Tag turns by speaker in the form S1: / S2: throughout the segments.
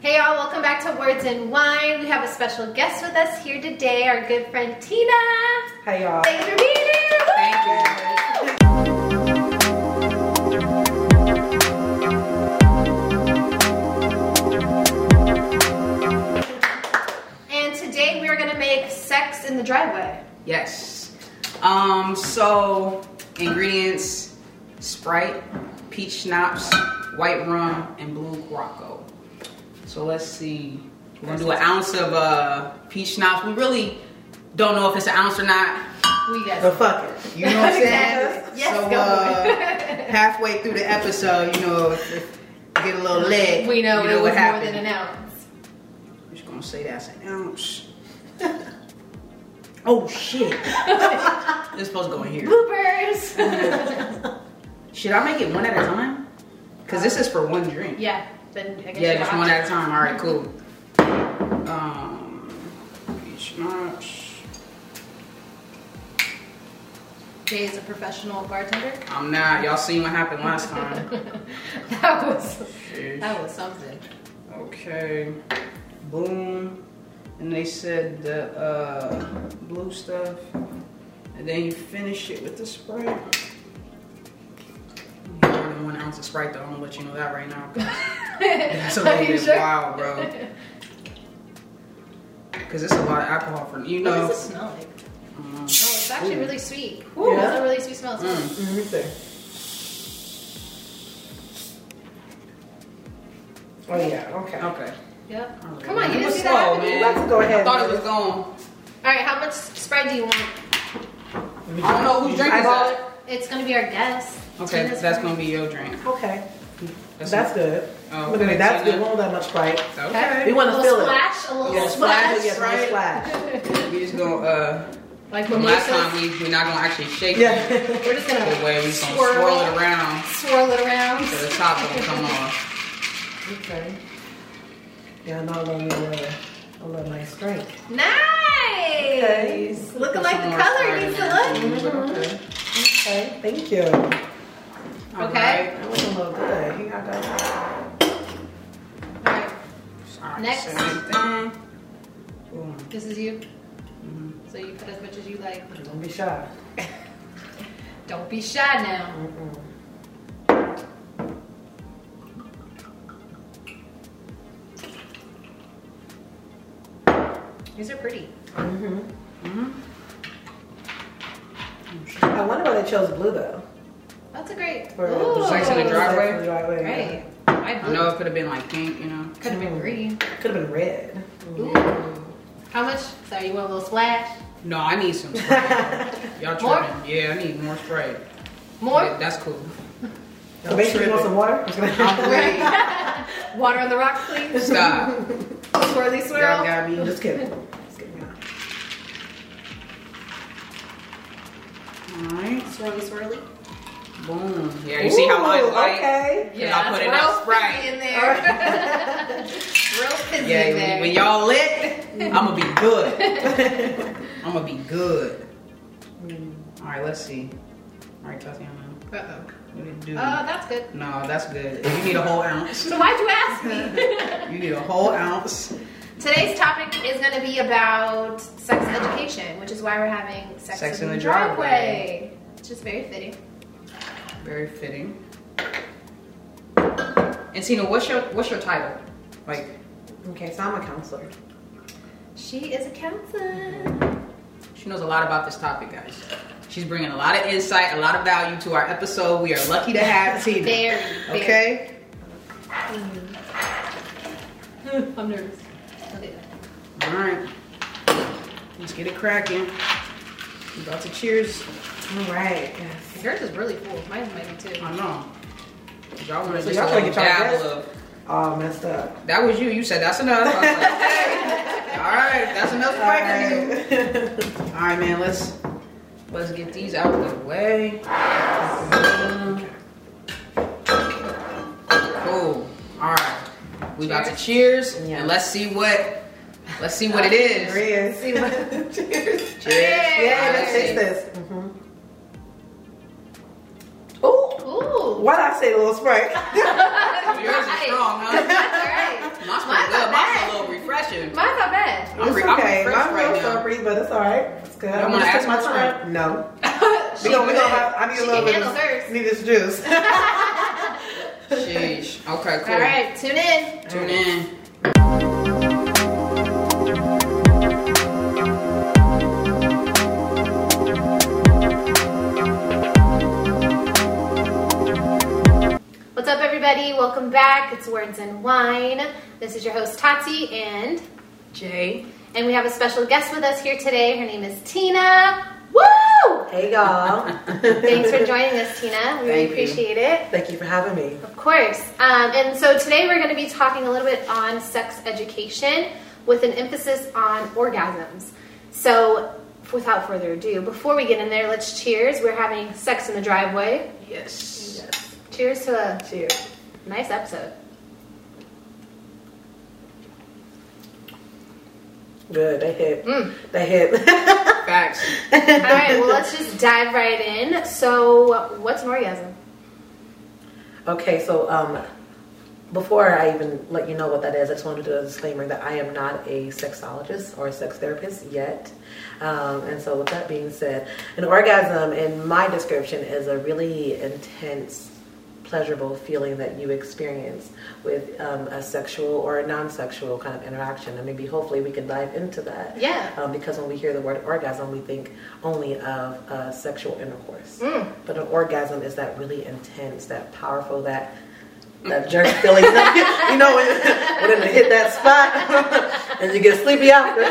S1: Hey y'all, welcome back to Words and Wine. We have a special guest with us here today, our good friend Tina.
S2: Hi y'all.
S1: Thanks for being here. Woo!
S2: Thank
S1: And today we are going to make sex in the driveway.
S2: Yes. Um. So ingredients: Sprite, peach schnapps, white rum, and blue Guaraco. So let's see. We're gonna do an ounce of uh peach schnapps. We really don't know if it's an ounce or not.
S1: We
S2: The
S1: guys.
S2: fuck it. You know what I'm saying?
S1: Exactly. Yes,
S2: so
S1: go
S2: uh, halfway through the episode, you know, if it get a little leg.
S1: We know
S2: uh, you
S1: it
S2: know
S1: was
S2: what
S1: more
S2: happened.
S1: than an ounce.
S2: I'm just gonna say that's an ounce. oh shit. it's supposed to go in here.
S1: Bloopers.
S2: Should I make it one at a time? Cause this is for one drink.
S1: yeah. Then I guess
S2: Yeah,
S1: you
S2: just
S1: have
S2: one
S1: to-
S2: at a time. All right, cool. Um, peach schnapps.
S1: Jay is a professional bartender.
S2: I'm not. Y'all seen what happened last time.
S1: that was
S2: Sheesh.
S1: that was something.
S2: Okay. Boom. And they said the uh, blue stuff. And then you finish it with the Sprite. You get more than Mm-hmm. One ounce of Sprite, though. I'm gonna let you know that right now. 'cause That's a
S1: Are
S2: little
S1: you
S2: bit
S1: sure?
S2: wild, bro. Because it's a lot of alcohol for me. You
S1: What does
S2: know.
S1: it smell like?
S2: Um,
S1: Oh, it's actually
S2: Ooh.
S1: really sweet.
S2: Ooh.
S1: It has a really sweet smell. It's
S2: Mm.
S3: Let me see. Oh yeah, okay.
S2: Okay.
S1: Yep.
S2: All right.
S1: Come on, you
S2: You
S1: didn't
S2: were
S1: see
S2: slow,
S1: that happening.
S2: man.
S3: You have to go ahead.
S2: I thought it
S3: and-
S2: was gone.
S1: All right, how much Sprite do you want?
S2: I don't know who's drinking
S3: Eyeball
S2: that.
S1: It's gonna be our guest.
S2: Okay,
S1: Tina's
S2: that's
S1: friend.
S2: gonna be your drink.
S3: Okay, that's good.
S2: Oh,
S3: Look at
S2: okay,
S3: it. That's
S2: Tina.
S3: good. We don't have much Sprite.
S2: Okay.
S3: We want
S1: a
S3: to
S1: little
S3: feel it.
S1: splash, a little
S2: Yeah,
S1: splash.
S2: splash,
S3: Yes,
S2: right?
S3: splash.
S2: We just gonna uh
S1: Like
S2: from last time
S1: mimosas.
S2: we we're not gonna actually shake it
S3: Yeah.
S1: We're just
S2: the
S1: gonna
S2: way we just gonna
S1: Swirl.
S2: swirl, it around
S1: swirl it around.
S2: so the top don't come off.
S3: okay. Yeah, I know I love me a little, a little nice drink.
S1: Nice. Looking
S2: Put
S1: like
S2: some
S1: the
S2: more
S1: color
S2: Sprite in
S1: needs
S2: there.
S1: to look.
S2: Okay.
S3: Okay, thank you.
S1: Okay.
S3: That was a little good. You got that.
S1: All right,
S2: All right.
S1: Next. Uh-huh.
S2: Same thing. Boom.
S1: this is you.
S2: Mhm.
S1: So you put as much as you like.
S3: Don't be shy.
S1: Don't be shy now.
S3: Mm-mm.
S1: These are pretty.
S3: hmm
S2: Mhm.
S3: I wonder why they chose blue though.
S1: That's a great.
S3: For
S1: Ooh.
S2: Sex in the driveway?
S3: driveway.
S1: Great.
S2: I
S1: I
S2: know it could have been like pink, you know.
S1: Could have been green.
S3: Could have been red.
S1: Ooh. How much? Sorry, you want a little splash?
S2: No, I need some Sprite. Y'all
S1: More?
S2: tripping? Yeah, I need more Sprite.
S1: More?
S2: Yeah, That's cool.
S3: So basically, you want some water?
S2: I'm waiting.
S1: Water on the rock, please.
S2: Stop.
S1: Swirly
S2: Y'all
S1: swirl.
S2: got me.
S3: Just kidding. Just kidding. y'all.
S2: All right.
S1: Swirly swirly.
S2: Boom. Yeah, you see how mine's
S3: Ooh,
S2: light?
S3: Okay.
S2: Yeah, I put
S1: it's
S2: it up
S1: real
S2: Sprite.
S1: fizzy in there. real fizzy in
S2: Yeah,
S1: there.
S2: when, when y'all lit, I'm gonna be good. I'm gonna be good.
S3: Mm,
S2: All right, let's see. All right, Tatiana,
S1: Uh-oh.
S2: what do you do?
S1: Uh, that's good.
S2: no, that's good. You need a whole ounce.
S1: So why'd you ask me?
S2: You need a whole ounce.
S1: Today's topic is going to be about sex education, which is why we're having sex,
S2: Sex
S1: in,
S2: in
S1: the
S2: the
S1: driveway. Which is very fitting.
S2: Very fitting. And Tina, what's your what's your title? Like,
S3: Okay, so I'm a counselor.
S1: She is a counselor.
S2: she knows a lot about this topic, guys. She's bringing a lot of insight, a lot of value to our episode. We are lucky to have Tina.
S1: Very, very.
S2: Okay.
S1: I'm nervous. Okay.
S2: All right. Let's get it cracking. We about to cheers.
S3: All right.
S1: Yours is really full. Mine might be too.
S2: I know. Y'all want to
S3: So
S2: just
S3: y'all
S2: like
S3: gonna get y'all
S2: dabble
S3: dressed?
S2: of.
S3: All Oh, messed up.
S2: That was you. You said that's enough. I was like, okay. All right, that's enough
S3: All
S2: spike for you.
S3: right.
S2: All right, man. Let's let's get these out of the way. Cool. All right. We about to cheers
S3: Yeah.
S2: and let's see what let's see what it is.
S3: There is.
S1: See
S3: Cheers.
S2: Cheers.
S3: Yeah,
S1: Yeah,
S3: let's
S2: Let's
S3: taste
S2: see.
S3: this. Mm-hmm. Ooh,
S1: Ooh.
S3: why'd I say a little Sprite?
S1: That's
S2: Yours is
S1: right.
S2: strong, huh?
S1: That's right.
S2: Mine's
S1: Mine's
S2: pretty good.
S1: not
S2: Mine's
S1: bad.
S2: a little refreshing.
S1: Mine's not bad.
S2: I'm, re-
S3: It's
S2: I'm
S3: okay.
S2: refreshed
S3: I'm
S2: right
S3: real
S2: now.
S3: sorry, but it's all right. It's good.
S2: wanna
S3: just
S2: ask
S3: take my
S2: my
S3: time. No.
S1: She
S3: We gonna, we
S1: good.
S3: gonna have, I need
S1: She
S3: a
S1: can
S3: little bit of
S1: handle hers.
S3: this, need this juice.
S2: Sheesh. Okay, cool.
S1: All right, tune in.
S2: Tune in.
S1: What's up, everybody? Welcome back. It's Words and Wine. This is your host, Tati, and
S2: Jay.
S1: and we have a special guest with us here today. Her name is Tina. Woo!
S3: Hey y'all.
S1: Thanks for joining us, Tina. We really
S2: Thank you.
S1: appreciate it.
S3: Thank you for having me.
S1: Of course. Um, and so today we're going to be talking a little bit on sex education with an emphasis on orgasms. So, without further ado, before we get in there, let's cheers. We're having sex in the driveway.
S2: Yes.
S1: Cheers to a
S3: Cheers.
S1: nice episode.
S3: Good. They hit.
S1: Mm.
S3: They hit.
S2: Facts.
S1: All right, well, let's just dive right in. So, what's an orgasm?
S3: Okay, so um, before I even let you know what that is, I just wanted to do a disclaimer that I am not a sexologist or a sex therapist yet. Um, and so, with that being said, an orgasm, in my description, is a really intense, pleasurable feeling that you experience with um, a sexual or a non sexual kind of interaction. And maybe hopefully we can dive into that.
S1: Yeah.
S3: Um, because when we hear the word orgasm, we think only of uh, sexual intercourse. But an orgasm is that really intense, that powerful, that that jerk feeling. you know, when, when it hit that spot and you get sleepy after.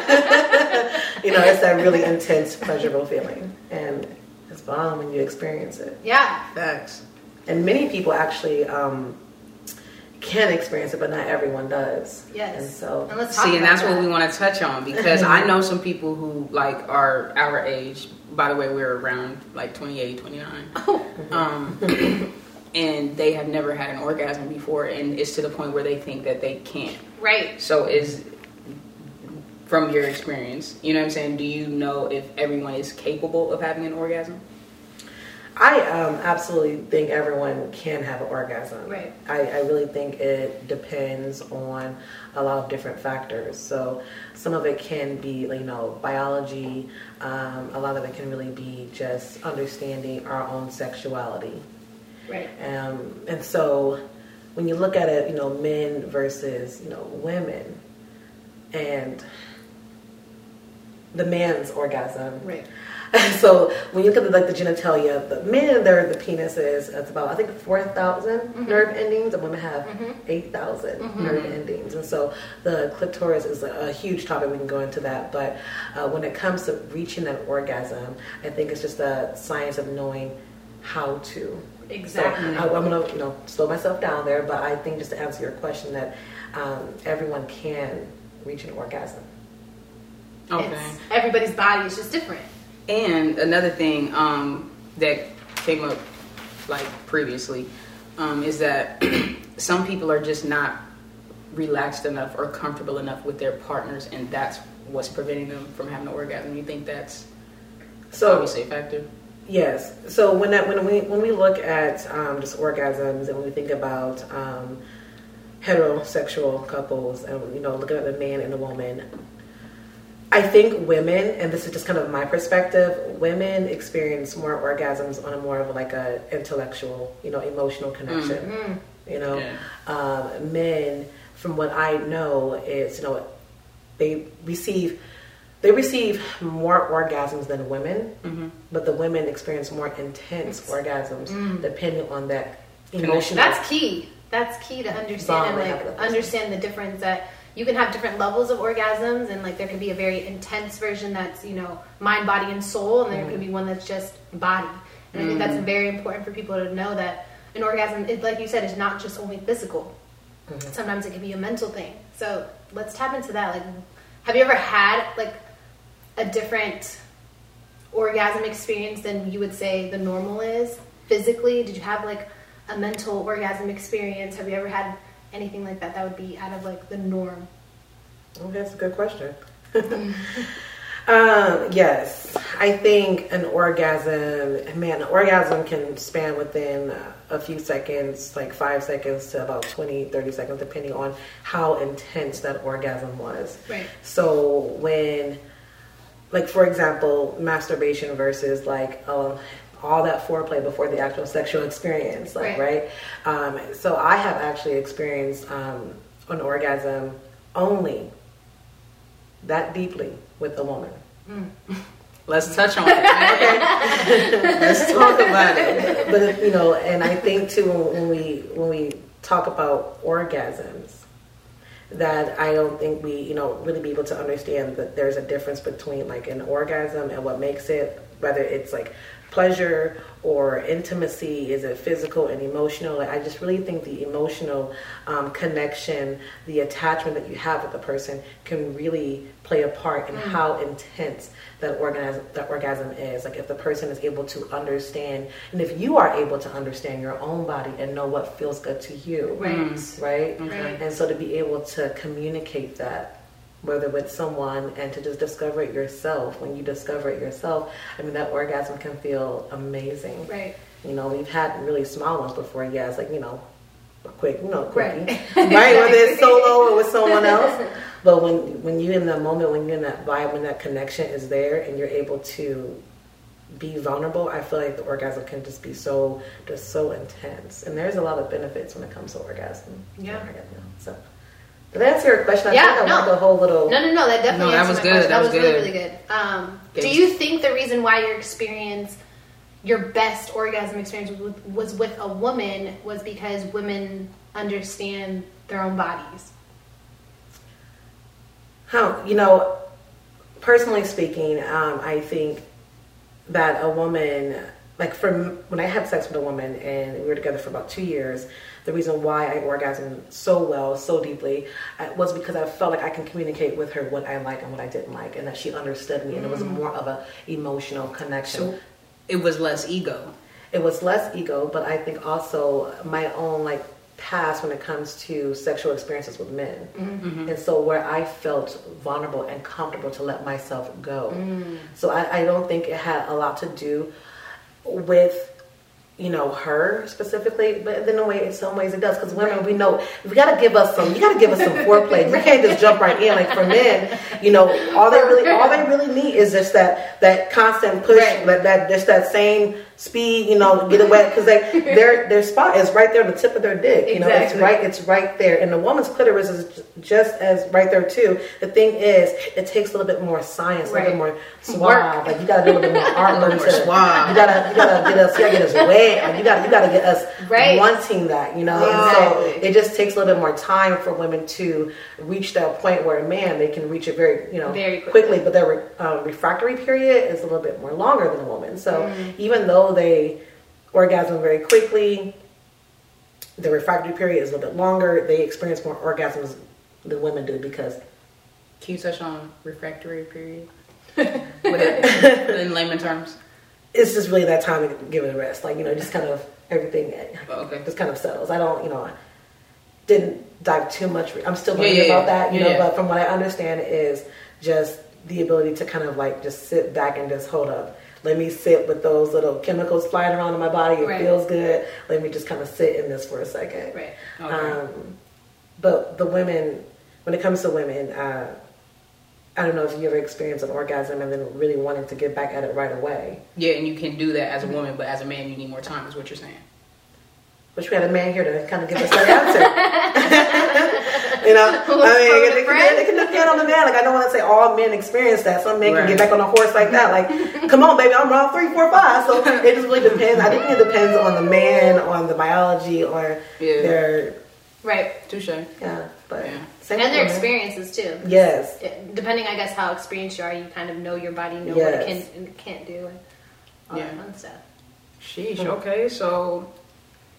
S3: you know, it's that really intense, pleasurable feeling, and it's bomb when you experience it.
S1: Yeah.
S2: Facts.
S3: And many people actually um, can experience it, but not everyone does.
S1: Yes.
S3: And so,
S1: And let's talk
S2: See, and
S1: about
S2: that's what
S1: that.
S2: we want to touch on because I know some people who like are our age. By the way, we're around like 28, 29.
S1: Mm-hmm.
S2: Um, and they have never had an orgasm before, and it's to the point where they think that they can't.
S1: Right.
S2: So is from your experience, you know what I'm saying? Do you know if everyone is capable of having an orgasm?
S3: I um, absolutely think everyone can have an orgasm.
S1: Right.
S3: I, I really think it depends on a lot of different factors. So some of it can be, you know, biology. Um, a lot of it can really be just understanding our own sexuality.
S1: Right.
S3: Um, and so when you look at it, you know, men versus, you know, women and the man's orgasm.
S1: Right.
S3: So when you look at the, like the genitalia, the men there the penises. It's about I think four nerve endings, and women have thousand nerve endings. And so the clitoris is a, a huge topic. We can go into that, but uh, when it comes to reaching that orgasm, I think it's just a science of knowing how to.
S1: Exactly.
S3: So I, am gonna you know slow myself down there, but I think just to answer your question that um, everyone can reach an orgasm.
S1: It's- everybody's body is just different.
S2: And another thing um, that came up like previously um, is that some people are just not relaxed enough or comfortable enough with their partners, and that's what's preventing them from having an orgasm. You think that's
S3: So
S2: obviously a factor?
S3: Yes. So when that when we when we look at um, just orgasms and when we think about um, heterosexual couples and you know looking at the man and the woman, I think women and this is just kind of my perspective. Women experience more orgasms on a more of like a intellectual, you know, emotional connection. You know,
S2: Yeah.
S3: um, men, from what I know, is you know they receive they receive more orgasms than women, but the women experience more intense orgasms depending on that emotional.
S1: That's key. That's key to understand and
S3: Bond we have
S1: like
S3: with the
S1: understand the difference that you can have different levels of orgasms and like there can be a very intense version that's, you know, mind, body and soul and there
S3: Mm.
S1: could be one that's just body. And I think that's very important for people to know that an orgasm it, like you said is not just only physical. Sometimes it can be a mental thing. So let's tap into that. Like have you ever had like a different orgasm experience than you would say the normal is physically? Did you have like a mental orgasm experience? Have you ever had anything like that that would be out of like the norm?
S3: Oh, that's a good question. um, yes, I think an orgasm, man, an orgasm can span within a few seconds, like five seconds to about 20, 30 seconds, depending on how intense that orgasm was.
S1: Right.
S3: So when, like, for example, masturbation versus like uh, all that foreplay before the actual sexual experience, like, right?
S1: Right.
S3: Um, so I have actually experienced um, an orgasm only that deeply with a woman.
S2: Let's touch on it. Okay. Let's talk about it.
S3: but if, you know, and I think too when we when we talk about orgasms, that I don't think we you know really be able to understand that there's a difference between like an orgasm and what makes it, whether it's like pleasure or intimacy is it physical and emotional Like, i just really think the emotional um, connection the attachment that you have with the person can really play a part in how intense that orgasm that orgasm is like if the person is able to understand and if you are able to understand your own body and know what feels good to you
S1: Right.
S3: Mm.
S1: Mm-hmm.
S3: right?
S1: Right.
S3: And so to be able to communicate that, whether with someone, and to just discover it yourself. When you discover it yourself, I mean, that orgasm can feel amazing.
S1: Right.
S3: You know, we've had really small ones before. Yeah, it's like you know, a quick, you know, quickie,
S1: Right.
S3: right? Whether it's solo or with someone else. But when when you're in the moment, when you're in that vibe, when that connection is there, and you're able to be vulnerable, I feel like the orgasm can just be so just so intense. And there's a lot of benefits when it comes to orgasm.
S1: Yeah.
S3: Orgasm, So did that answer your question? I
S1: Yeah,
S3: think I
S1: no.
S3: want the whole little
S1: No, no, no. That definitely.
S2: No, that
S1: answered
S2: was
S1: my
S2: good,
S1: question.
S2: that
S1: That
S2: was
S1: was really,
S2: good.
S1: really good. Um, do
S2: Thanks.
S1: you think the reason why your experience, your best orgasm experience was with, was with a woman, was because women understand their own bodies?
S3: Huh, you know, personally speaking, um, I think that a woman, like from when I had sex with a woman and we were together for about two years, the reason why I orgasmed so well, so deeply, uh, was because I felt like I can communicate with her what I like and what I didn't like, and that she understood me, and it was more of a emotional connection.
S2: So it was less ego.
S3: it was less ego, but I think also my own like past when it comes to sexual experiences with men. And so where I felt vulnerable and comfortable to let myself go. So I, I don't think it had a lot to do with you know her specifically but then in a way in some ways it does because women we know we got to give us some you got to give us some foreplay you can't just jump right in like for men you know all they really all they really need is just that that constant push
S1: Right.
S3: that, that just that same speed you know get away because they their their spot is right there on the tip of their dick you know it's
S1: Exactly.
S3: right it's right there and the woman's clitoris is j- just as right there too the thing is it takes a little bit more science a little bit
S1: Right.
S3: more suave like you got to do a little bit more art
S2: A little
S3: work
S2: more
S3: to-
S2: suave.
S3: you gotta you gotta get us you gotta get us wet like you gotta you gotta get us
S1: Right.
S3: wanting that you know and so
S1: Exactly.
S3: it just takes a little bit more time for women to reach that point where a man they can reach it very you know
S1: Very quickly.
S3: but their re- um, refractory period is a little bit more longer than a woman so
S1: Mm.
S3: even though they orgasm very quickly the refractory period is a little bit longer they experience more orgasms than women do because
S2: Can you touch on refractory period? in layman terms.
S3: it's just really that time to give it a rest. Like, you know, just kind of everything
S2: Okay.
S3: just kind of settles. I don't, you know, I didn't dive too much. I'm still
S2: Yeah,
S3: learning
S2: yeah,
S3: about
S2: yeah.
S3: that, you
S2: Yeah,
S3: know,
S2: yeah.
S3: but from what I understand is just the ability to kind of like just sit back and just hold up. Let me sit with those little chemicals flying around in my body. It
S1: Right.
S3: feels good. Let me just kind of sit in this for a second.
S1: Right.
S2: Okay.
S3: Um, but the women, when it comes to women, uh, I don't know if you ever experienced an orgasm and then really wanting to get back at it right away.
S2: Yeah, and you can do that as a woman, but as a man, you need more time. Is what you're saying.
S3: Wish we had a man here to kind of give us that answer. you know, I mean,
S1: Phone a
S3: they can,
S1: friend.
S3: they can look down on the man. Like I don't want to say all men experience that. Some men
S2: Right.
S3: can get back on a horse like that. Like, come on, baby, I'm round three, four, five. So it just really depends. I think it depends on the man, on the biology, or
S2: Yeah.
S3: their
S1: Right.
S2: Touche.
S3: yeah. But
S2: Yeah.
S3: same
S1: and
S3: with
S1: their
S3: women.
S1: experiences too.
S3: Yes.
S1: It- Depending, I guess, how experienced you are, you kind of know your body, know what
S3: Yes.
S1: it can and can't do, and all
S2: Yeah.
S1: that fun stuff.
S2: Sheesh. Okay, so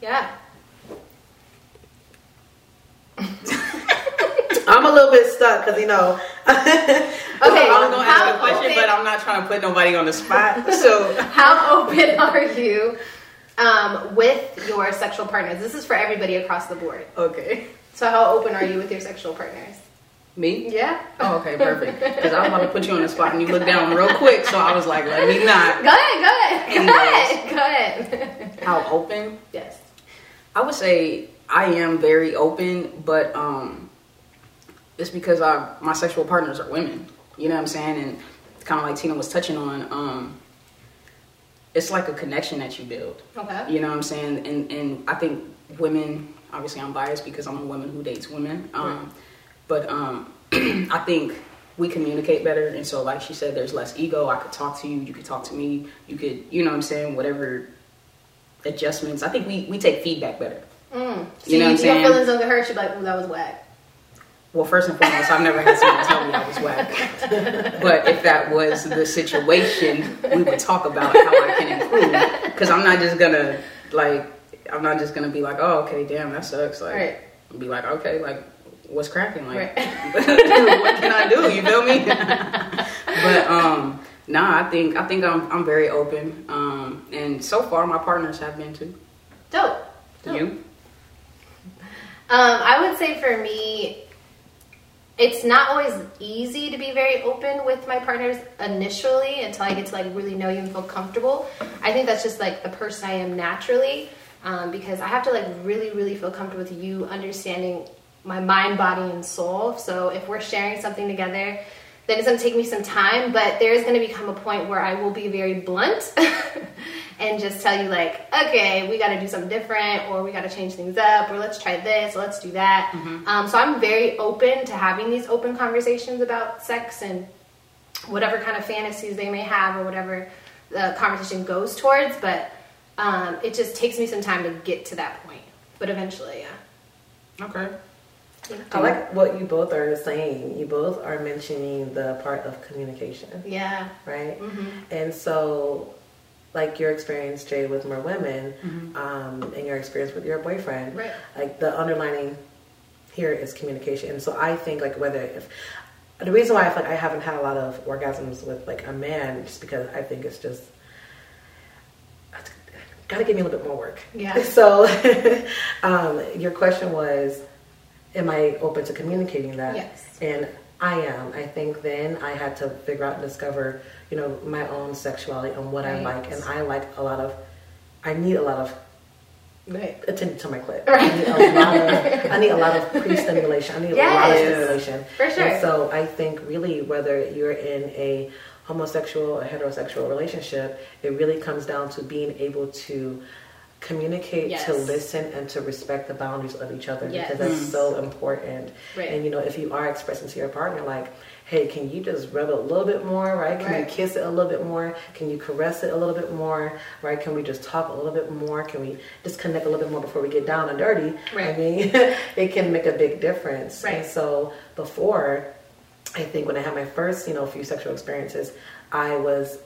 S1: Yeah.
S3: I'm a little bit stuck because you know.
S1: Okay.
S2: I was gonna ask
S1: how
S2: a question,
S1: open-
S2: but I'm not trying to put nobody on the spot. So
S1: How open are you um, with your sexual partners? This is for everybody across the board.
S2: okay.
S1: So, how open are you with your sexual partners?
S2: Me?
S1: Yeah.
S2: Oh, okay, perfect. Because I was about to put you on the spot and you looked down real quick, so I was like, let me not.
S1: Go ahead. Go ahead.
S2: Anyways.
S1: Go ahead. Go ahead.
S2: How open?
S1: yes.
S2: I would say I am very open, but um, it's because I my sexual partners are women. You know what I'm saying? And kind of like Tina was touching on, um, it's like a connection that you build.
S1: Okay.
S2: You know what I'm saying? And and I think women, obviously I'm biased because I'm a woman who dates women. Um, But um, I think we communicate better. And so, like she said, there's less ego. I could talk to you. You could talk to me. You could, you know what I'm saying? Whatever adjustments. I think we, we take feedback better.
S1: Mm. So
S2: You know what I'm
S1: you,
S2: saying?
S1: your feelings don't get hurt. You're like, ooh, that was whack.
S2: Well, first and foremost, I've never had someone tell me I was whack. But if that was the situation, we would talk about how I can improve. Because I'm not just gonna like, I'm not just gonna be like, oh, okay, damn, that sucks. Like,
S1: Right.
S2: be like, okay, like, what's cracking? Like,
S1: Right.
S2: what can I do? You feel me? but um, nah, I think I think I'm I'm very open. Um, and so far, my partners have been too.
S1: Dope. Dope.
S2: You?
S1: Um, I would say for me, it's not always easy to be very open with my partners initially until I get to like really know you and feel comfortable. I think that's just like the person I am naturally um, because I have to like really, really feel comfortable with you understanding my mind, body, and soul. So if we're sharing something together, then it's gonna take me some time, but there is gonna become a point where I will be very blunt and just tell you like, okay, we gotta do something different, or we gotta change things up, or let's try this, or let's do that. Um, so I'm very open to having these open conversations about sex and whatever kind of fantasies they may have, or whatever the conversation goes towards. But um, it just takes me some time to get to that point, but eventually, yeah.
S2: Okay.
S3: I like what you both are saying. You both are mentioning the part of communication,
S1: Yeah.
S3: right?
S1: Mm-hmm.
S3: And so, like your experience, Jay, with more women, um, and your experience with your boyfriend,
S1: Mm-hmm. Right.
S3: like the underlining here is communication. And so I think like whether if the reason why I feel like I haven't had a lot of orgasms with like a man, just because I think it's just gotta give me a little bit more work.
S1: Yeah.
S3: So, um, your question was, am I open to communicating that?
S1: Yes.
S3: And I am. I think then I had to figure out and discover, you know, my own sexuality and what I
S1: Right.
S3: like. And I like a lot of, I need a lot of
S1: Right.
S3: attention to my clit.
S1: Right.
S3: I need a lot of, I need a lot of pre-stimulation. I need a lot of
S1: Yes.
S3: stimulation.
S1: For sure.
S3: And so I think really whether you're in a homosexual or heterosexual relationship, it really comes down to being able to communicate, to
S1: Yes.
S3: listen, and to respect the boundaries of each other
S1: Yes.
S3: because that's so important.
S1: Right.
S3: And you know, if you are expressing to your partner like, hey, can you just rub it a little bit more, right? Can you
S1: Right.
S3: kiss it a little bit more? Can you caress it a little bit more? Right? Can we just talk a little bit more? Can we just connect a little bit more before we get down and dirty? I
S1: Right.
S3: mean, it can make a big difference.
S1: Right.
S3: And so before, I think when I had my first, you know, few sexual experiences, I was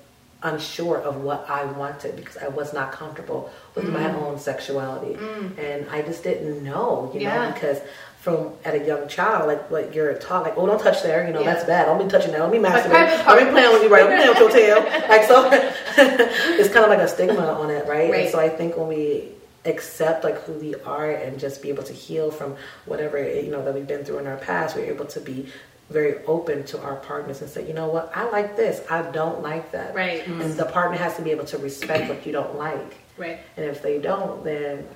S3: unsure of what I wanted because I was not comfortable with my
S1: Mm.
S3: own sexuality. And I just didn't know, you know,
S1: Yeah.
S3: because from at a young child, like what you're taught, like, oh don't touch there, you know,
S1: Yeah.
S3: that's bad. Don't be touching that, don't be
S1: My
S3: masturbating.
S1: private
S3: Don't be
S1: part.
S3: playing with you, right? Don't be playing with your tail. Like so it's kinda like a stigma on it, right? And
S1: Right.
S3: so I think when we accept like who we are and just be able to heal from whatever you know that we've been through in our past we're able to be very open to our partners and say you know what i like this i don't like that
S1: Right. Mm-hmm.
S3: and the partner has to be able to respect what you don't like
S1: Right.
S3: and if they don't then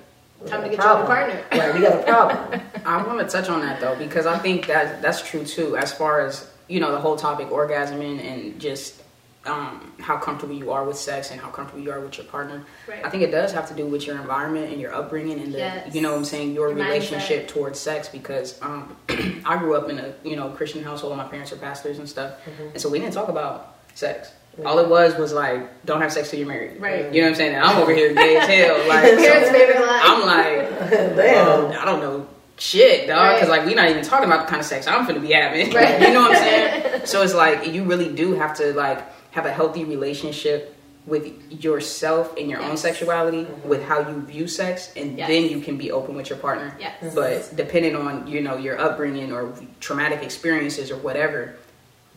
S3: we
S1: Time to
S3: got
S1: get you a
S3: a
S1: new
S3: problem.
S1: partner.
S3: right we got a problem
S2: I want to touch on that though because I think that that's true too as far as you know the whole topic orgasming and just um, how comfortable you are with sex and how comfortable you are with your partner.
S1: Right.
S2: I think it does have to do with your environment and your upbringing and the
S1: Yes.
S2: you know what I'm saying your
S1: Your
S2: relationship towards sex because um, I grew up in a you know Christian household. My parents are pastors and stuff, and so we didn't talk about sex. All it was was like, don't have sex till you're married.
S1: Right.
S2: You know what I'm saying? And I'm over here gay as hell. Like,
S1: Parents'
S2: so
S1: favorite line.
S2: I'm like,
S3: damn
S2: um, I don't know shit, dog. Because
S1: Right.
S2: like we're not even talking about the kind of sex I'm finna be having.
S1: Right.
S2: you know what I'm saying? so it's like you really do have to like have a healthy relationship with yourself and your own
S1: Yes. Mm-hmm.
S2: sexuality, with how you view sex, and
S1: Yes.
S2: then you can be open with your partner.
S1: Yes. Mhm.
S2: But depending on you know your upbringing or traumatic experiences or whatever,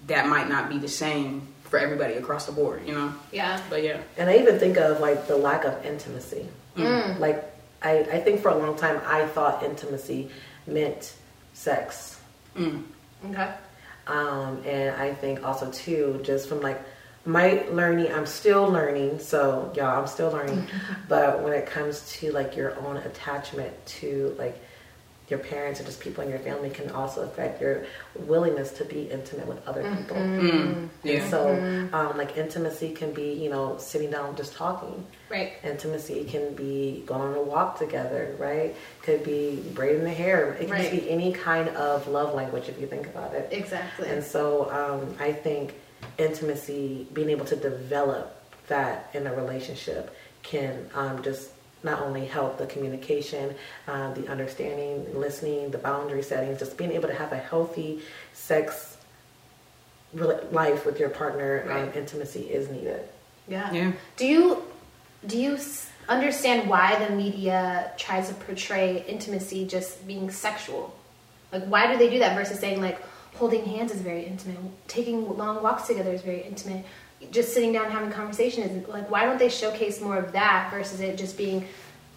S2: that might not be the same for everybody across the board. You know.
S1: Yeah.
S2: But yeah.
S3: And I even think of like the lack of intimacy. Like I,
S2: Mm.
S3: I think for a long time I thought intimacy meant sex.
S1: Okay.
S3: Um, and I think also too, just from like my learning, I'm still learning. So y'all, I'm still learning. but when it comes to like your own attachment to like your parents or just people in your family can also affect your willingness to be intimate with other people.
S2: Mm,
S3: And
S2: yeah.
S3: so, um, like intimacy can be, you know, sitting down just talking.
S1: Right.
S3: Intimacy can be going on a walk together, right? Could be braiding the hair. It can just
S1: Right.
S3: be any kind of love language if you think about it.
S1: Exactly.
S3: And so um, I think intimacy, being able to develop that in a relationship, can um, just not only help the communication, uh, the understanding, listening, the boundary settings, just being able to have a healthy sex rela- life with your partner, um,
S1: Right.
S3: intimacy is needed.
S1: Yeah.
S2: Yeah.
S1: Do you do you s- understand why the media tries to portray intimacy just being sexual? Like, why do they do that versus saying like holding hands is very intimate, taking long walks together is very intimate, just sitting down and having conversation is like why don't they showcase more of that versus it just being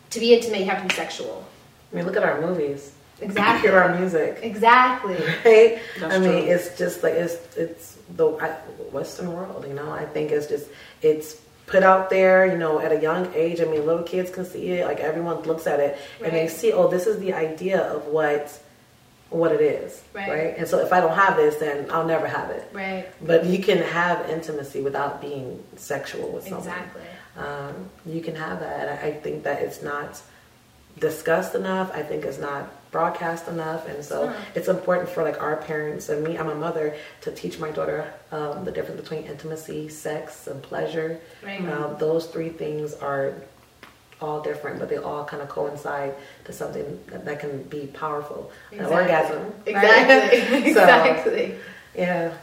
S1: to be intimate you have to be sexual?
S3: I mean, look at our movies,
S1: Exactly.
S3: hear our music.
S1: Exactly.
S3: right?
S2: That's
S3: I mean,
S2: true.
S3: it's just like it's it's the I, Western world, you know. I think it's just it's put out there, you know, at a young age. I mean, little kids can see it. Like everyone looks at it and they
S1: Right.
S3: see, oh, this is the idea of what what it is,
S1: Right.
S3: And so if I don't have this, then I'll never have it.
S1: Right.
S3: But you can have intimacy without being sexual with someone
S1: Exactly.
S3: um, you can have that. And I, I think that it's not discussed enough. I think it's not broadcast enough, and so
S1: It's not.
S3: it's important for like our parents and me. I'm a mother to teach my daughter um, the difference between intimacy, sex, and pleasure.
S1: Right.
S3: Um, those three things are all different, but they all kind of coincide to something that, that can be powerful. An
S1: Exactly.
S3: orgasm.
S1: Exactly.
S3: right? So,
S1: exactly.
S3: yeah.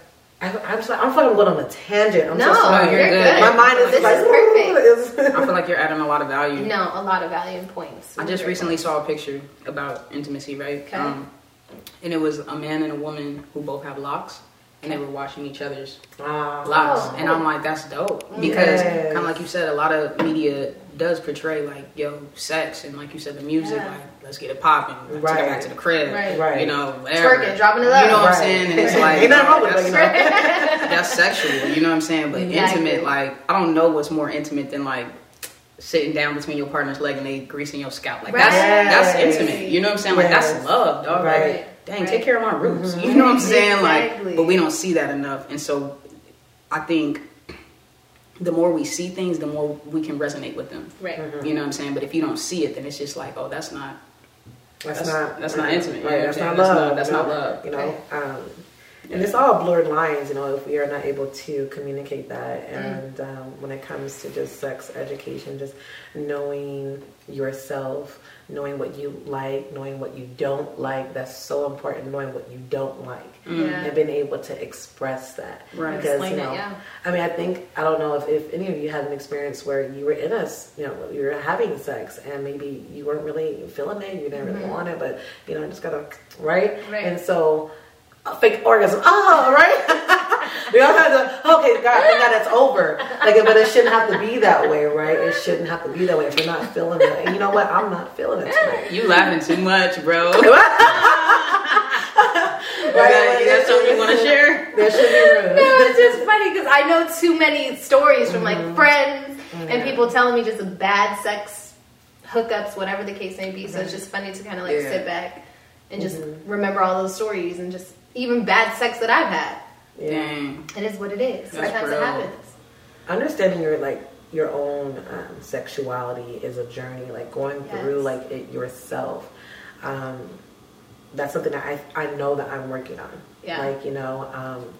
S3: I, I'm sorry. I'm fucking going on a tangent. I'm
S1: no,
S3: so sorry.
S2: you're
S1: you're
S2: good.
S1: good.
S3: My mind is
S1: this
S3: like
S1: is perfect.
S2: I feel like you're adding a lot of value.
S1: No, a lot of value and points.
S2: I just recently saw a picture about intimacy, right? Um,
S1: Okay.
S2: and it was a man and a woman who both have locks, and they were watching each other's
S3: Ah.
S2: locks,
S1: Oh.
S2: and I'm like, that's dope because,
S3: Yes.
S2: kind of like you said, a lot of media does portray like yo sex and like you said, the music,
S1: Yeah.
S2: like let's get it popping, like, take it
S3: Right.
S2: back to the crib,
S1: Right.
S3: Right.
S2: you know, whatever.
S1: twerking, dropping it
S2: You know
S1: up.
S2: what I'm
S3: Right.
S2: saying? And it's
S3: Ain't
S2: like
S3: nothing wrong with
S2: that's-
S3: that, you know?
S2: that's sexual, you know what I'm saying? But
S1: Exactly.
S2: intimate, like I don't know what's more intimate than like sitting down between your partner's leg and they greasing your scalp. Like
S1: Right.
S2: that's that's intimate. You know what I'm saying? Like
S3: Yes.
S2: that's love, dog.
S3: Right.
S2: Like, dang,
S1: Right. Mm-hmm.
S2: take care of my roots. You know what I'm saying?
S1: Exactly.
S2: Like but we don't see that enough. And so I think the more we see things, the more we can resonate with them.
S1: Right.
S2: You know what I'm saying? But if you don't see it, then it's just like, oh, that's not
S3: That's,
S2: That's-
S3: not
S2: that's not intimate,
S3: Right,
S2: yeah,
S3: that's
S2: yeah,
S3: not
S2: that's not-
S3: love.
S2: that's
S3: you
S2: not
S3: know,
S2: love.
S3: You know, um, and it's all blurred lines. You know, if we are not able to communicate that,
S2: Mm.
S3: and um, when it comes to just sex education, just knowing yourself, knowing what you like, knowing what you don't like. That's so important. Knowing what you don't like,
S2: Mm.
S1: Yeah.
S3: and being able to express that.
S2: Right.
S3: Because
S1: Explain
S3: you
S1: it,
S3: know,
S1: yeah.
S3: I mean, I think I don't know if, if any of you had an experience where you were in us, you know, you were having sex and maybe you weren't really feeling it, you didn't really want it, but you know, just gotta right.
S1: Mm-hmm. Right.
S3: And so, a fake orgasm. Oh, right. we all have to. Okay, God, thank God that's over. Like, but it shouldn't have to be that way, right? It shouldn't have to be that way if you're not feeling it. And you know what? I'm not feeling it tonight.
S2: you laughing too much, bro. You
S3: Right?
S2: got, you got something you want to share?
S3: There should be room.
S1: No, it's just funny because I know too many stories from like
S2: Mm-hmm.
S1: friends and
S3: Yeah.
S1: people telling me just bad sex hookups, whatever the case may be. So it's just funny to kind of like
S2: Yeah. Mm-hmm.
S1: sit back and just remember all those stories and just even bad sex that I've had.
S3: Yeah.
S2: Dang.
S1: It is what it is.
S2: That's
S1: Sometimes it
S2: real.
S1: happens.
S3: understanding your like your own um, sexuality is a journey like going through
S1: Yes.
S3: like it yourself um, that's something that I, I know that i'm working on
S1: Yeah.
S3: like you know um,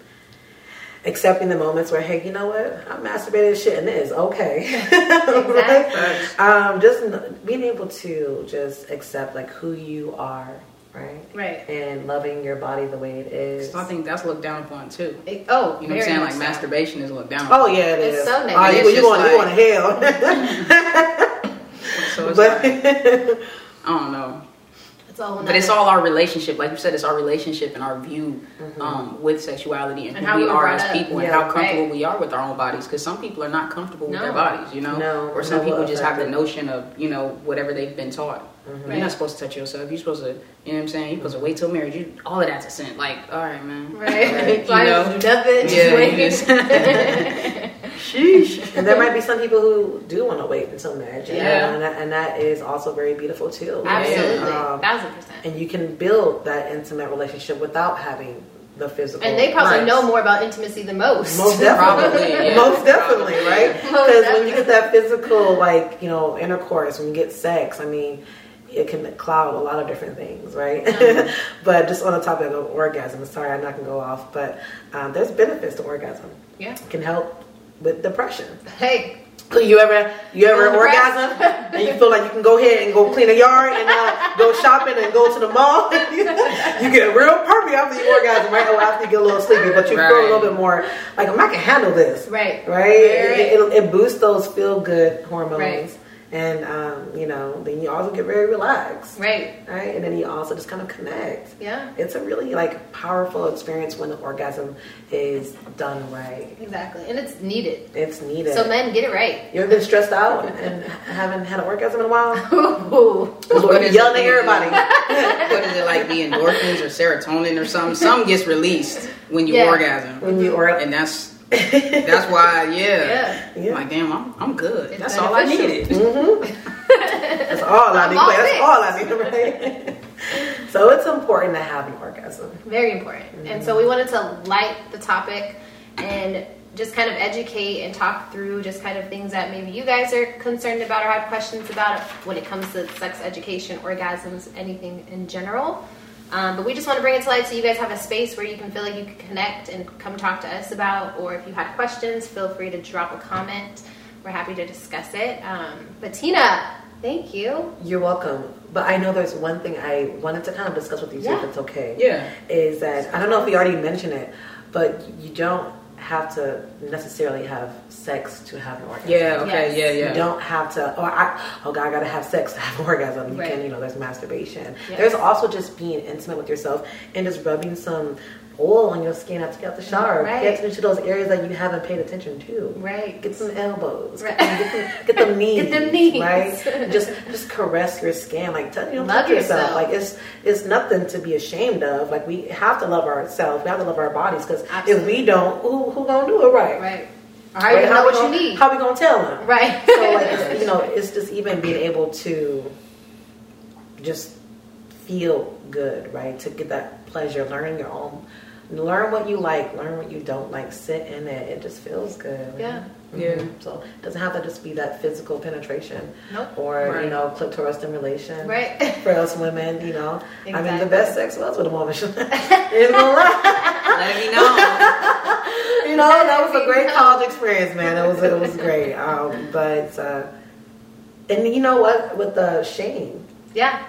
S3: accepting the moments where hey you know what i'm masturbating shit and it is okay Right?
S2: Facts.
S3: um, just kn- being able to just accept like who you are right
S1: Right.
S3: and loving your body the way it is
S2: So I think that's looked down upon too.
S1: It- oh,
S2: You know
S1: very
S2: what I'm saying?
S1: much
S2: Like
S1: so.
S2: masturbation is looked down upon.
S3: oh yeah it
S1: It's
S3: is.
S1: so
S3: oh,
S1: negative.
S3: you,
S2: It's
S3: you
S2: just
S3: want you
S2: like-
S3: want hell
S2: So it's like,
S3: but
S2: I don't know.
S1: It's all
S2: But it's all our relationship. Like you said, it's our relationship and our view um, with sexuality and,
S1: Mm-hmm. And
S2: who
S1: how
S2: we
S1: we were
S2: are
S1: brought
S2: as
S1: up.
S2: people and
S3: Yeah.
S2: how comfortable we are with our own bodies. Because some people are not comfortable with
S1: No.
S2: their bodies, you know?
S3: No,
S2: or some
S3: no
S2: people
S3: love
S2: just have the
S3: factor.
S2: notion of, you know, whatever they've been taught.
S1: Mm-hmm.
S4: You're not supposed to touch yourself. You're supposed to, you know what I'm saying? You're supposed to wait till marriage. You, all of that's a sin. Like, all right, man.
S1: Right?
S4: You
S1: Why
S4: know?
S1: is nothing? Just
S4: Yeah,
S1: wait.
S4: you just- Sheesh.
S3: And there might be some people who do want to wait until marriage, and,
S4: Yeah.
S3: and, that, and that is also very beautiful too.
S1: Absolutely,
S3: Um,
S1: thousand percent.
S3: and you can build that intimate relationship without having the physical.
S1: And they probably
S3: rights.
S1: know more about intimacy than most.
S3: Most definitely,
S4: Probably, yeah.
S3: most definitely, right?
S1: Most
S3: Because when you get that physical, like you know, intercourse, when you get sex, I mean, it can cloud a lot of different things, right? but just on the topic of orgasm, sorry, I'm not gonna go off, but um, there's benefits to orgasm.
S1: yeah.
S3: It can help with depression.
S1: Hey,
S3: You ever you ever
S1: Feeling depressed?
S3: orgasm and you feel like you can go ahead and go clean a yard and uh, go shopping and go to the mall? you get real perky after you orgasm, right? Or after you get a little sleepy, but you feel a little
S2: Right.
S3: bit more like I can handle this,
S1: right.
S3: right? It, it, it boosts those feel good hormones,
S1: Right.
S3: and um, you know then you also get very relaxed,
S1: Right.
S3: right? And then you also just kind of connect.
S1: Yeah.
S3: It's a really like powerful experience when the orgasm is done right.
S1: Exactly. And it's needed.
S3: It's needed.
S1: So men, get it right.
S3: You ever been stressed out and haven't had an orgasm in a while?
S1: Ooh.
S3: Lord,
S2: is
S3: yelling at
S2: it?
S3: everybody.
S2: what is it like the endorphins or serotonin or something? Some gets released when you
S1: Yeah.
S2: orgasm,
S3: When you orgasm.
S2: and that's that's why. Yeah,
S1: Yeah.
S2: I'm like damn, I'm, I'm good.
S1: It's
S2: that's all I
S1: beneficial.
S2: needed.
S3: Mm-hmm. That's all I need.
S1: all
S3: Like, That's
S1: fixed.
S3: all I need, right? so it's important to have an orgasm.
S1: Very important. And so we wanted to light the topic and just kind of educate and talk through just kind of things that maybe you guys are concerned about or have questions about when it comes to sex education, orgasms, anything in general. Um, but we just want to bring it to light so you guys have a space where you can feel like you can connect and come talk to us about, or if you had questions, feel free to drop a comment. We're happy to discuss it. Um, but Tina, thank you.
S3: You're welcome. But I know there's one thing I wanted to kind of discuss with you, too,
S1: Yeah.
S3: if it's okay.
S2: Yeah.
S3: Is that, I don't know if we already mentioned it, but you don't have to necessarily have sex to have an orgasm.
S2: Yeah. Okay.
S1: Yes.
S2: Yeah.
S3: You
S2: Yeah.
S3: don't have to. Oh, I, oh God, I gotta have sex to have an orgasm. You
S1: Right.
S3: can, you know, there's masturbation.
S1: Yes.
S3: There's also just being intimate with yourself and just rubbing some oil on your skin after you get out the shower.
S1: Right.
S3: Pay attention to those areas that you haven't paid attention to.
S1: Right.
S3: Get some elbows.
S1: Right.
S3: Get, them, get them knees.
S1: Get them knees.
S3: Right. just just caress your skin. Like tell you know,
S1: Love
S3: love yourself.
S1: yourself.
S3: Like it's it's nothing to be ashamed of. Like we have to love ourselves. We have to love our bodies because if
S1: Absolutely.
S3: we don't, who who gonna do it right?
S1: Right. All right, you
S3: How
S1: know
S3: we
S1: what
S3: gonna-
S1: you need.
S3: How we gonna tell them?
S1: Right.
S3: so like it's, you know it's just even being able to just feel good right to get that pleasure learn your own learn what you like learn what you don't like sit in it it just feels good right?
S1: Yeah.
S2: Yeah.
S3: Mhm. so it doesn't have to just be that physical penetration
S1: Nope.
S3: or
S2: Right.
S3: you know clitoral stimulation
S1: Right.
S3: for us women you know i mean
S1: Exactly.
S3: the best sex was with a woman Ain't gonna lie
S2: Let it be known.
S3: you know, that was a great college experience, man. It was it was great. Um, but uh, and you know what? With the Shane,
S1: Yeah.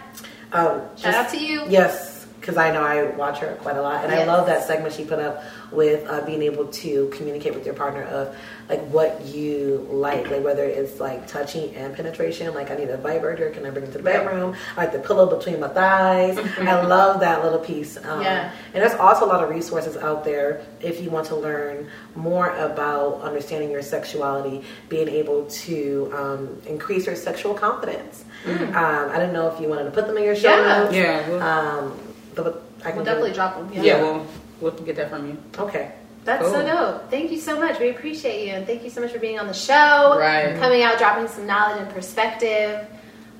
S3: um,
S1: Shout out to you.
S3: yes, because I know I watch her quite a lot, and
S1: Yes.
S3: I love that segment she put up with uh, being able to communicate with your partner of like what you like, like whether it's like touching and penetration. Like I need a vibrator, can I bring it to the bedroom? I like the pillow between my thighs. I love that little piece. Um,
S1: Yeah.
S3: and there's also a lot of resources out there if you want to learn more about understanding your sexuality, being able to um, increase your sexual confidence.
S1: Hmm.
S3: Um, I didn't know if you wanted to put them in your show
S1: Yeah.
S3: notes.
S2: Yeah. We'll,
S3: Um, but I can
S1: We'll
S3: do-
S1: definitely drop them.
S2: yeah. We'll we'll get that from you.
S3: Okay.
S1: That's so
S2: Cool.
S1: dope. Thank you so much. We appreciate you. And thank you so much for being on the show.
S2: Right.
S1: Coming out, dropping some knowledge and perspective.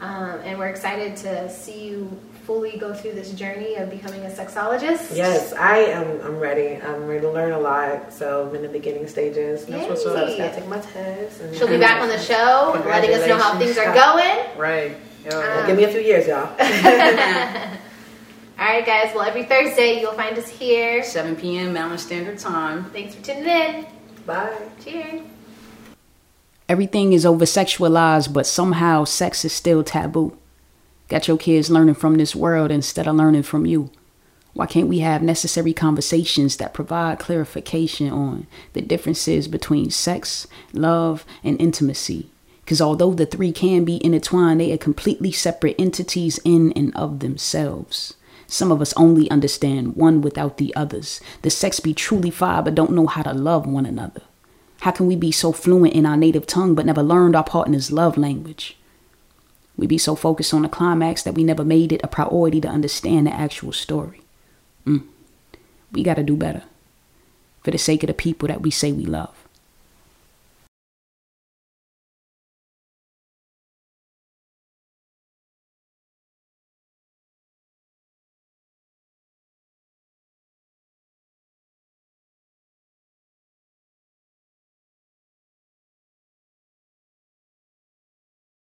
S1: Um, and we're excited to see you fully go through this journey of becoming a sexologist.
S3: Yes, I am. I'm ready. I'm ready to learn a lot. So I'm in the beginning stages. That's what's
S1: Yay.
S3: up. So I just gotta take my test. And
S1: She'll be back on the show, letting us know how things are going.
S2: Right.
S1: Uh,
S3: Give me a few years, y'all.
S1: All right, guys. Well, every Thursday, you'll find us here.
S2: 7 p.m. Mountain Standard Time.
S1: Thanks for tuning in.
S3: Bye.
S1: Cheers.
S4: Everything is over sexualized, but somehow sex is still taboo. Got your kids learning from this world instead of learning from you. Why can't we have necessary conversations that provide clarification on the differences between sex, love, and intimacy? Because although the three can be intertwined, they are completely separate entities in and of themselves. Some of us only understand one without the others. The sex be truly fine, but don't know how to love one another. How can we be so fluent in our native tongue but never learned our partner's love language? We be so focused on the climax that we never made it a priority to understand the actual story. Mm. We gotta do better for the sake of the people that we say we love.